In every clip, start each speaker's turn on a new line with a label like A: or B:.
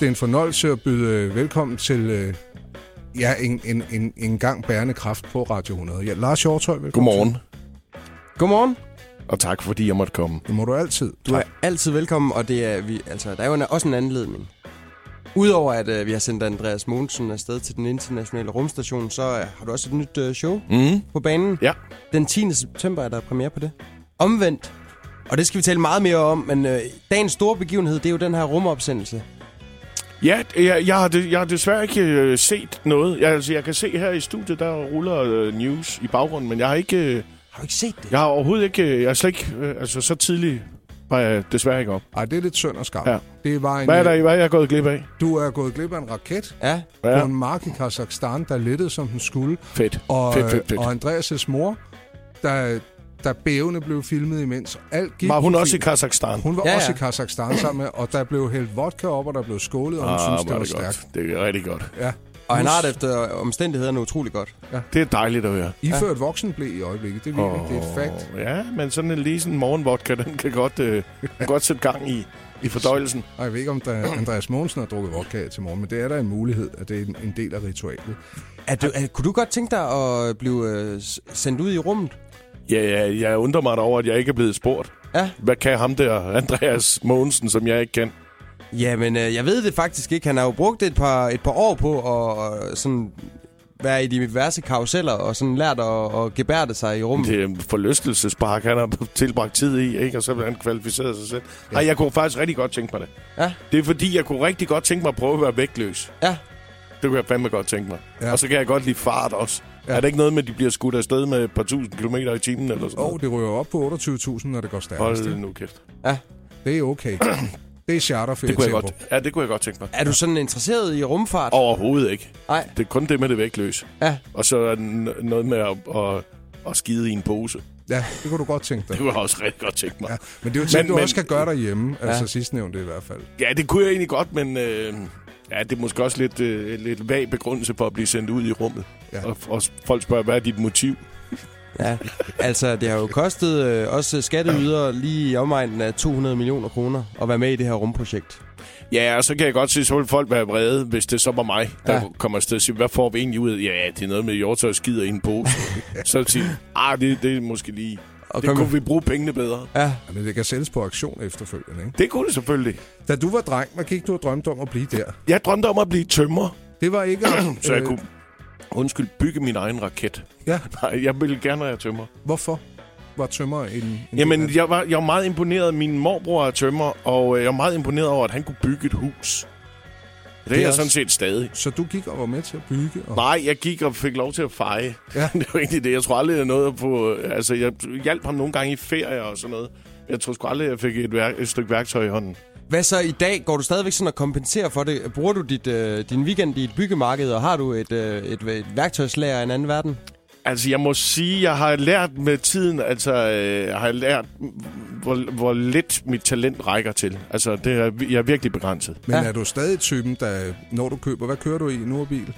A: det er en fornøjelse at byde velkommen til øh, ja, en, en, en, en gang bærende kraft på Radio 100. Ja, Lars Hjortøj, velkommen
B: Godmorgen,
C: Godmorgen.
B: og tak fordi jeg måtte komme.
A: Til. Det må du altid.
C: Du er altid velkommen, og det er vi, altså, der er jo en, også en anledning. Udover at øh, vi har sendt Andreas Mogensen afsted til den internationale rumstation, så øh, har du også et nyt øh, show
B: Mm.
C: på banen.
B: Ja.
C: Den 10. september er der premiere på det. Omvendt. Og det skal vi tale meget mere om, men øh, dagens store begivenhed, det er jo den her rumopsendelse.
B: Ja, jeg, jeg, har, de- jeg har desværre ikke øh, set noget. Jeg, altså, jeg kan se her i studiet, der ruller øh, news i baggrunden, men jeg har ikke... Øh,
C: Har du ikke set det?
B: jeg har overhovedet ikke... Øh, jeg er slet ikke... Øh, altså, så tidligt var jeg desværre ikke op.
A: Ej, det er lidt synd og skam. Ja.
B: Ja.
A: Det var en, øh,
B: Hvad er, der, hvad er jeg gået glip af?
A: Du er gået glip af en raket
C: Ja.
A: ja.
B: Ja.
A: på en mark i Kazakhstan, der lettede, som den skulle.
B: Fedt.
A: Og,
B: fedt, fedt, fedt.
A: og Andreas' mor, der, der bævende blev filmet imens. Alt gik
B: Var hun også i
A: fint.
B: Kazakhstan?
A: Hun var ja,
C: Ja,
A: ja.
C: ja.
A: også i Kazakhstan sammen med, og der blev hældt vodka op, og der blev skålet, og hun ah, synes, det
B: hvor
A: var
B: er
A: det stærkt.
B: godt. Det er rigtig godt.
A: Ja.
C: Og han har det efter omstændighederne utrolig godt.
B: Det er dejligt at høre.
A: I ja. ført voksen blev i øjeblikket, det er virkelig, oh. det er et fakt.
B: Ja, men sådan en lige sådan en morgenvodka, den kan godt, øh, kan godt sætte gang i, i fordøjelsen.
A: Og jeg ved ikke, om der Andreas Mogensen har drukket vodka her til morgen, men det er der en mulighed, at det er en, en del af ritualet.
C: Er du, er, kunne du godt tænke dig at blive øh, s- sendt ud i rummet?
B: Ja, ja, jeg undrer mig da over, at jeg ikke er blevet spurgt.
C: Ja.
B: Hvad kan ham der, Andreas Mogensen, som jeg ikke kan?
A: Mm.
C: Jamen, øh, jeg ved det faktisk ikke. Han har jo brugt et par, et par år på at øh, sådan være i de diverse karuseller og sådan lært at, at gebærde sig i rummet.
B: Det er en forlystelsespark, han har tilbragt tid i, ikke? og så har han kvalificeret sig selv. Ja. Ej, jeg kunne faktisk rigtig godt tænke mig det.
C: Ja.
B: Det er fordi, jeg kunne rigtig godt tænke mig at prøve at være vægtløs.
C: Ja.
B: Det kunne jeg fandme godt tænke mig.
A: Ja.
B: Ja. Og så kan jeg godt lide fart også.
A: Ja.
B: Ja. Er det ikke noget med, at de bliver skudt afsted med et par tusind kilometer i timen eller sådan
A: Og
B: noget?
A: det ryger op på 28.000, når det går stærkt.
B: Hold nu kæft.
A: Det er okay. Det er charterferie.
B: Det kunne, jeg godt, ja, det kunne jeg godt tænke mig.
C: Er du sådan interesseret i rumfart?
B: Overhovedet ikke.
C: Nej.
B: Det er kun det med det vægtløse.
C: Ja.
B: Og så er den noget med at, at, at skide i en pose.
A: Ja, det kunne du godt tænke dig.
B: Det kunne jeg også rigtig godt tænke mig.
A: Ja, men det er jo ting,
B: Men-
A: du
B: men-
A: også kan gøre derhjemme. Altså sidstnævnte i hvert fald.
B: Ja, det kunne jeg egentlig godt, men øh, ja, det er måske også lidt, øh, lidt vag begrundelse for at blive sendt ud i rummet.
A: Ja.
B: Ja. Og, og folk spørger, hvad er dit motiv?
C: Ja. Altså, det har jo kostet øh, også skatteydere lige i omegnen af 200 millioner kroner at være med i det her rumprojekt.
B: Ja, og så kan jeg godt se, så vil folk være vrede, hvis det så var mig, der
C: Ja.
B: ja. kommer afsted og siger, hvad får vi egentlig ud af? Ja, det er noget med jordtøj og skider i en pose. så siger de, ah, det, det er måske lige...
C: Og
B: det
C: kom-
B: kunne vi bruge pengene bedre.
C: Ja.
A: Ja, Men det kan sælges på auktion efterfølgende. Ikke?
B: Det kunne det selvfølgelig.
A: Da du var dreng, hvad gik du og drømte om at blive der?
B: Jeg drømte om at blive tømrer,
A: Det var ikke... at-
B: så jeg
A: øh,
B: kunne... Undskyld, bygge min egen raket.
A: Ja,
B: Nej, jeg ville gerne være tømrer.
A: hvorfor var tømmer en... en del
B: Jamen,
A: af-
B: jeg var, jeg var meget imponeret. Min morbror er tømmer, og øh, jeg var meget imponeret over, at han kunne bygge et hus. Det, det er jeg
C: også-
B: sådan set stadig.
A: Så du gik og var med til at bygge? Og...
B: Nej, jeg gik og fik lov til at feje.
A: Ja.
B: Ja. det var egentlig det. Jeg tror aldrig, jeg nåede at få... Altså, jeg hjalp ham nogle gange i ferie og sådan noget. Jeg tror sgu aldrig, jeg fik et, værk, et stykke værktøj i hånden.
C: Hvad så i dag? Går du stadigvæk sådan og kompenserer for det? Bruger du dit, øh, din weekend i et byggemarked, og har du et, øh, et, et værktøjslager i en anden verden?
B: Altså, jeg må sige, jeg har lært med tiden, altså, øh, har jeg lært, hvor, hvor lidt mit talent rækker til. Altså, det er, jeg er virkelig begrænset.
A: Men
C: Ja.
A: er du stadig typen, der, når du køber... Hvad kører du i nu af bil?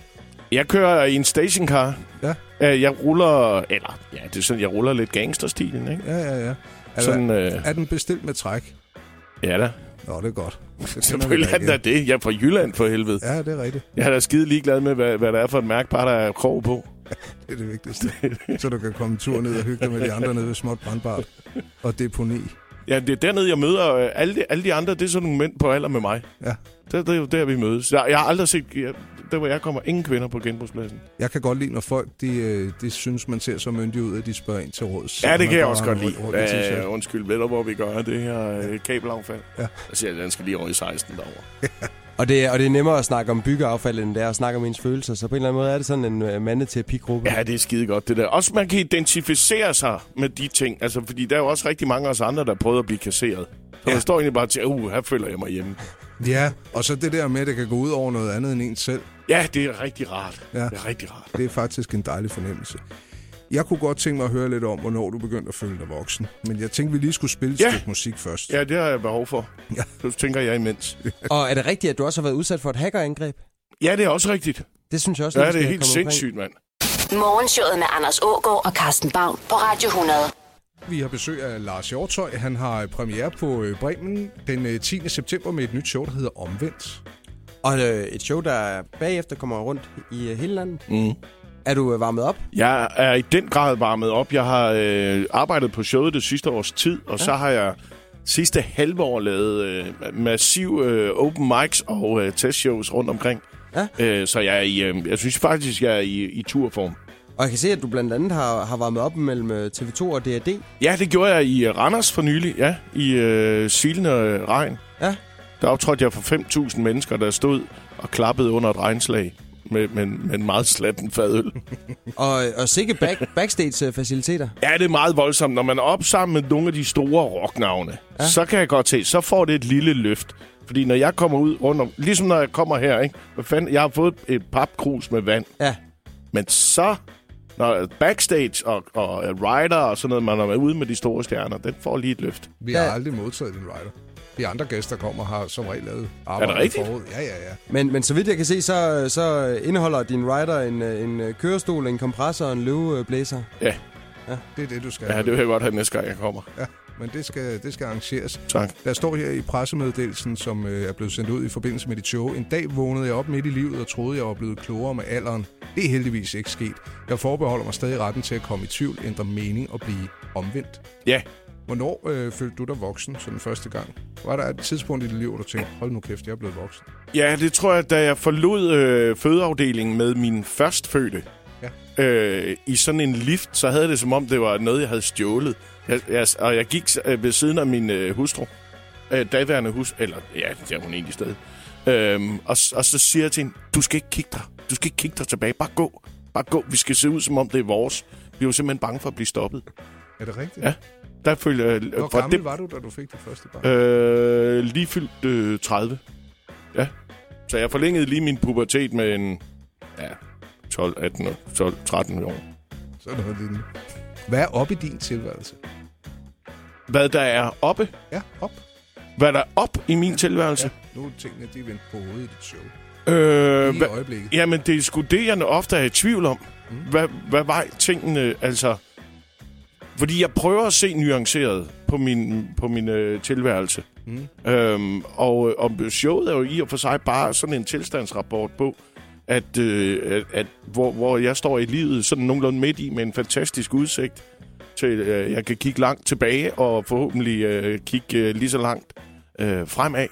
B: Jeg kører i en stationcar.
A: Ja.
B: Øh, Jeg ruller, eller ja, det er sådan, jeg ruller lidt gangsterstilen, ikke?
A: Ja, ja, ja. Er,
B: Sådan,
A: sådan...
B: øh,
A: er den bestilt med træk?
B: ja da.
A: Nå, det er godt. Det finder vi
B: Selvfølgelig
A: da
B: er den da
A: igen.
B: det. Jeg er fra Jylland for helvede.
A: Ja, det er rigtigt.
B: Jeg er da skide ligeglad med, hvad, hvad der er for et mærkbar, der er krog på.
A: Det er det vigtigste. så du kan komme en tur ned og hygge dig med de andre nede ved småt brandbart og deponi.
B: Ja, det er dernede, jeg møder øh, alle de, alle de andre. Det er sådan nogle mænd på alder med mig.
A: Ja.
B: Det, det er jo der, vi mødes. Jeg, jeg har aldrig set... Jeg, der, hvor jeg kommer, ingen kvinder på genbrugspladsen.
A: Jeg kan godt lide, når folk de, øh, de synes, man ser så myndig ud, at de spørger ind til råds.
B: Ja, det
A: Man
B: kan jeg
A: bare
B: også
A: har
B: godt
A: en
B: lide.
A: rød- rød t-shirt.
B: Øh, undskyld, ved du, hvor vi gør det her øh, kabelaffald?
A: Ja.
B: Jeg siger, den skal lige over i 16 derovre.
C: Og det, er- og det er nemmere at snakke om byggeaffald, end det er at snakke om ens følelser. Så på en eller anden måde er det sådan en øh, mandeterapi-gruppe.
B: Ja, det er skide godt, det der. Også man kan identificere sig med de ting. Altså, fordi der er jo også rigtig mange af os andre, der prøver at blive kasseret. Så ja. man står egentlig bare til, uh, her føler jeg mig hjemme.
A: Ja, og så det der med, at det kan gå ud over noget andet end en selv,
B: Ja, det er rigtig rart.
A: Ja.
B: Ja. Det er rigtig rart.
A: det er faktisk en dejlig fornemmelse. Jeg kunne godt tænke mig at høre lidt om, hvornår du begyndte at føle dig voksen. Men jeg tænkte, vi lige skulle spille et
B: Ja.
A: stykke musik først.
B: Ja, det har jeg behov for.
A: Ja.
B: Ja. Så tænker jeg imens.
C: Og er det rigtigt, at du også har været udsat for et hackerangreb?
B: Ja, det er også rigtigt.
C: Det synes jeg også,
B: Ja,
C: lige
B: det er
C: skal
B: helt
C: komme omkring.
B: sindssygt, mand.
D: Morgenshowet med Anders Ågaard og Carsten Baum på Radio 100.
A: Vi har besøg af Lars Hjortøj. Han har øh, premiere på øh, Bremen den øh, 10. september med et nyt show, der hedder Omvendt.
C: Og øh, et show, der bagefter kommer rundt i øh, hele landet. Mm. Er du øh, varmet op?
B: Jeg er i den grad varmet op. Jeg har øh, arbejdet på showet det sidste års tid, og ja. så har jeg sidste halve år lavet øh, massiv øh, open mics og øh, testshows rundt omkring.
C: Ja.
B: Øh, så jeg, er i, øh, jeg synes faktisk, jeg er i, i turform.
C: Og jeg kan se, at du blandt andet har, har varmet op mellem øh, TV2 og DRD.
B: Ja, det gjorde jeg i øh, Randers for nylig, ja, i øh, Silende øh, Regn.
C: Ja.
B: Der optrådte jeg for 5.000 mennesker, der stod og klappede under et regnslag med, med, med en meget slatten fadøl.
C: Og, øh, og sikke back, backstage-faciliteter.
B: Ja, det er meget voldsomt. Når man er op sammen med nogle af de store rocknavne, ja. så kan jeg godt se, så får det et lille løft. Fordi når jeg kommer ud rundt om... Ligesom når jeg kommer her, ikke? Hvad fanden, jeg har fået et papkrus med vand.
C: Ja.
B: Men så... Når backstage og, og øh, rider og sådan noget, man er ude med de store stjerner, den får lige et løft.
A: Vi har
C: Ja.
A: aldrig modtaget din rider. De andre gæster, der kommer, har som regel lavet
B: Er
A: arbejde.
B: det rigtigt?
A: forud. Ja, ja, ja.
C: Men, men så vidt jeg kan se, så, så indeholder din rider en, øh, en øh, kørestol, en kompressor og en løveblæser.
B: Ja,
A: Det er det, du skal.
B: ja det vil jeg godt have næste gang, jeg kommer.
A: ja. Men det skal, det skal arrangeres.
B: Tak.
A: Der står her i pressemeddelelsen, som øh, er blevet sendt ud i forbindelse med dit show. En dag vågnede jeg op midt i livet og troede, jeg var blevet klogere med alderen. Det er heldigvis ikke sket. Jeg forbeholder mig stadig retten til at komme i tvivl, ændre mening og blive omvendt.
B: Ja,
A: Hvornår øh, følte du dig voksen sådan første gang? Var der et tidspunkt i dit liv, hvor du tænkte, hold nu kæft, jeg er blevet voksen?
B: Ja, det tror jeg, da jeg forlod øh, fødeafdelingen med min førstfødte øh, i sådan en lift, så havde det som om, det var noget, jeg havde stjålet. Jeg, jeg, og jeg gik øh, ved siden af min øh, hustru, øh, daværende hus, eller ja, det er hun egentlig stadig. Øhm, og, s- og så siger jeg til hende, du skal ikke kigge dig. Du skal ikke kigge dig tilbage. Bare gå. Bare gå. Vi skal se ud, som om det er vores. Vi var simpelthen bange for at blive stoppet.
A: Er det rigtigt?
B: Ja. Der følte jeg...
A: Hvor
B: fra
A: gammel det... var du, da du fik dit første barn?
B: Øh, lige fyldt øh, 30. Ja. Så jeg forlængede lige min pubertet med en... Ja, 12, 18, og 12, 13 år.
A: Sådan noget lignende. Hvad er op i din tilværelse?
B: Hvad der er oppe?
A: Ja, op.
B: Hvad der er op i min tilværelse?
A: Nu er tingene, de er vendt på hovedet i dit show.
B: Ja. Øh,
A: Lige i
B: hva-
A: øjeblikket.
B: Jamen, det er sgu det, jeg ofte er i tvivl om. Hvad, hvad vej tingene, altså... Fordi jeg prøver at se nuanceret på min, på min øh, tilværelse. Mm. Øhm, og, og showet er jo i og for sig bare sådan en tilstandsrapport på, at, øh, at, at hvor, hvor jeg står i livet sådan nogenlunde midt i med en fantastisk udsigt til, øh, jeg kan kigge langt tilbage og forhåbentlig øh, kigge øh, lige så langt øh, fremad.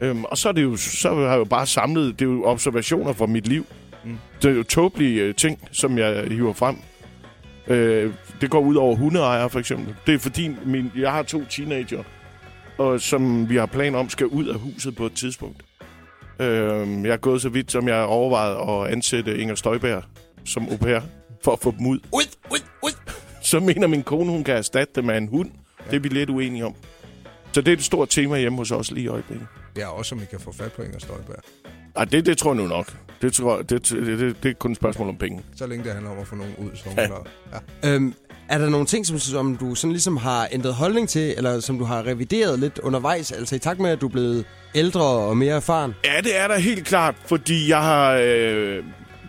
B: Øhm, og så, er det jo, så har jeg jo bare samlet det er jo observationer fra mit liv. Mm. Det er jo tåbelige øh, ting, som jeg hiver frem. Øh, det går ud over hundeejere, for eksempel. Det er fordi, min, jeg har to teenager, og som vi har plan om, skal ud af huset på et tidspunkt. Øh, jeg er gået så vidt, som jeg overvejede at ansætte Inger Støjberg som au pair, for at få dem ud.
C: Ud, ud, ud!
B: Så mener min kone, hun kan erstatte det med en hund. Ja. Det er vi lidt uenige om. Så det er et stort tema hjemme hos os lige i øjeblikket.
A: Ja, også om I kan få fat på Inger Støjberg.
B: Ej, det, det tror jeg nu nok. Det, tror, jeg- det, det, det, det er kun et spørgsmål om penge.
A: Så længe det handler om at få nogen ud, så er hun
B: Ja.
A: klar. Ja.
C: Øhm, er der nogle ting, som, som du sådan ligesom har ændret holdning til, eller som du har revideret lidt undervejs, altså i takt med, at du er blevet ældre og mere erfaren?
B: Ja, det er der helt klart, fordi jeg har... Øh,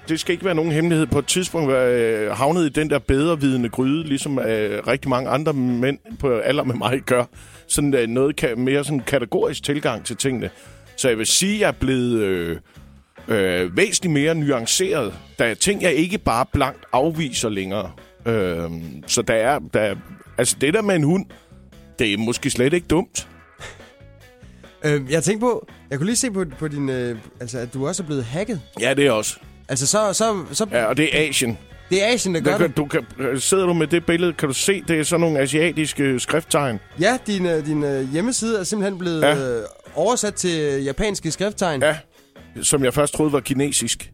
B: det skal ikke være nogen hemmelighed. På et tidspunkt var øh, havnet i den der bedrevidende gryde, ligesom øh, rigtig mange andre mænd på alder med mig gør. Sådan øh, noget ka- mere sådan kategorisk tilgang til tingene. Så jeg vil sige, at jeg er blevet øh, øh, væsentligt mere nuanceret. Der er ting, jeg ikke bare blankt afviser længere. Øh, så der er, der er... Altså det der med en hund, det er måske slet ikke dumt.
C: Øhm, jeg tænkte på, jeg kunne lige se på, på din, øh, altså at du også er blevet hacket.
B: Ja, det er også.
C: Altså så, så, så
B: Ja, og det er Asien.
C: det er Asien, der gør
B: Der kan,
C: det.
B: du kan, øh, sidder du med det billede, kan du se, det er sådan nogle asiatiske skrifttegn.
C: Ja, din, øh, din øh, hjemmeside er simpelthen blevet
B: Ja.
C: ja. øh, oversat til øh, japanske skrifttegn.
B: Ja. Som jeg først troede var kinesisk.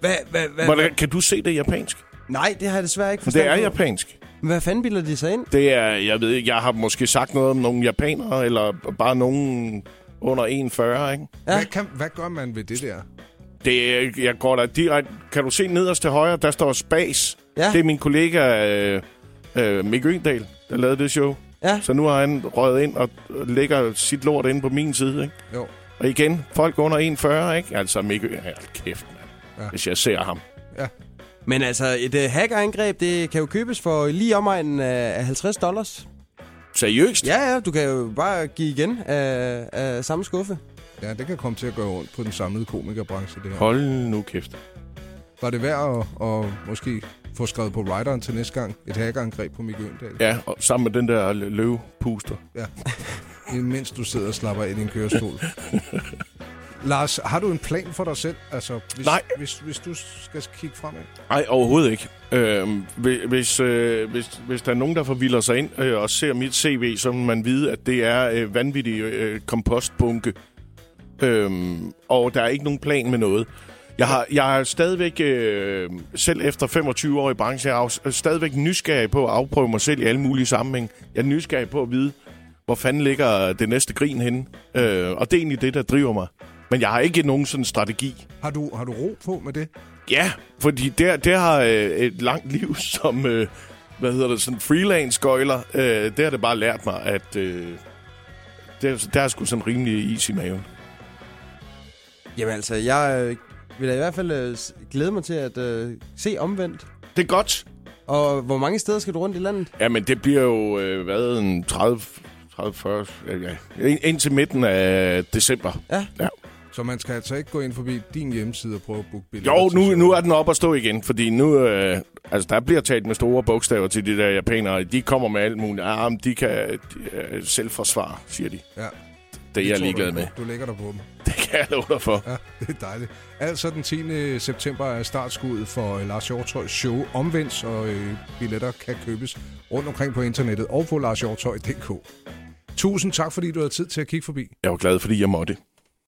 C: Hvad, hvad, hvad,
B: Hvordan, kan du se det er japansk?
C: Nej, det har jeg desværre ikke
B: Det
C: forstået.
B: er
C: på.
B: japansk.
C: Men Hvad fanden bilder de sig ind?
B: Det er, jeg ved ikke, jeg har måske sagt noget om nogle japanere, eller bare nogen under 1,40, ikke?
C: Ja.
A: Hvad, kan, hvad gør man ved det der?
B: Det er, jeg går da direkte... Kan du se nederst til højre, der står Spas.
C: Ja.
B: Det er min kollega øh, øh, Mick Øndal, der lavede det show.
C: Ja.
B: Så nu har han røget ind og lægger sit lort inde på min side, ikke?
A: Jo,
B: Og igen, folk under 1,40, ikke? Altså, Mikke, ja, hold kæft, mand.
A: Ja.
B: Ja. Hvis jeg ser ham.
A: ja.
C: Men altså, et uh, hackerangreb, det kan jo købes for lige omegnen af 50 dollars.
B: Seriøst?
C: Ja, ja, du kan jo bare give igen af, af samme skuffe.
A: Ja, det kan komme til at gøre ondt på den samlede komikerbranche, det her.
B: Hold nu kæft.
A: Var det værd at, at måske få skrevet på rideren til næste gang et hackerangreb på Mikke Øndal?
B: Ja, og sammen med den der lø- løvepuster.
A: Ja. Imens du sidder og slapper ind i en kørestol. Lars, har du en plan for dig selv? Altså, hvis,
B: Nej.
A: Hvis, hvis du skal kigge fremad?
B: Nej, overhovedet ikke. Øhm, hvi- hvis, øh, hvis, hvis der er nogen, der forvilder sig ind øh, og ser mit CV, så må man vide, at det er øh, vanvittig øh, kompostbunke. Øhm, og der er ikke nogen plan med noget. Jeg har, jeg er stadigvæk, øh, selv efter 25 år i branchen, jeg er jo s- stadigvæk nysgerrig på at afprøve mig selv i alle mulige sammenhæng. Jeg er nysgerrig på at vide, hvor fanden ligger det næste grin henne. Øh, og det er egentlig det, der driver mig. Men jeg har ikke nogen sådan strategi.
A: Har du, har du ro på med det?
B: Ja, fordi der, der har øh, et langt liv som, øh, hvad hedder det, sådan freelance gøjler, øh, det har det bare lært mig, at øh, der, der er sgu sådan rimelig is i maven.
C: Jamen altså, jeg øh, vil da i hvert fald øh, s- glæde mig til at øh, se omvendt.
B: Det er godt.
C: Og hvor mange steder skal du rundt i landet?
B: Jamen, det bliver jo, øh, hvad, en 30, 30 40, øh, ja, ind, indtil midten af december.
C: Ja.
B: ja.
A: Så man skal altså ikke gå ind forbi din hjemmeside og prøve at booke billetter?
B: Jo,
A: til
B: nu,
A: showet?
B: nu er den op at stå igen, fordi nu... Øh, altså, der bliver talt med store bogstaver til de der japanere. De kommer med alt muligt. Ah, men de kan de, øh, selv forsvare, siger de.
A: Ja.
B: Det er jeg
A: tror
B: ligeglad
A: du,
B: med.
A: Du lægger dig på dem.
B: Det kan jeg love dig for.
A: Ja, det er dejligt. Altså den 10. september er startskuddet for øh, Lars Hjortøjs show Omvendt, og øh, billetter kan købes rundt omkring på internettet og på larshjortøj.dk. Tusind tak, fordi du havde tid til at kigge forbi.
B: Jeg var glad, fordi jeg måtte.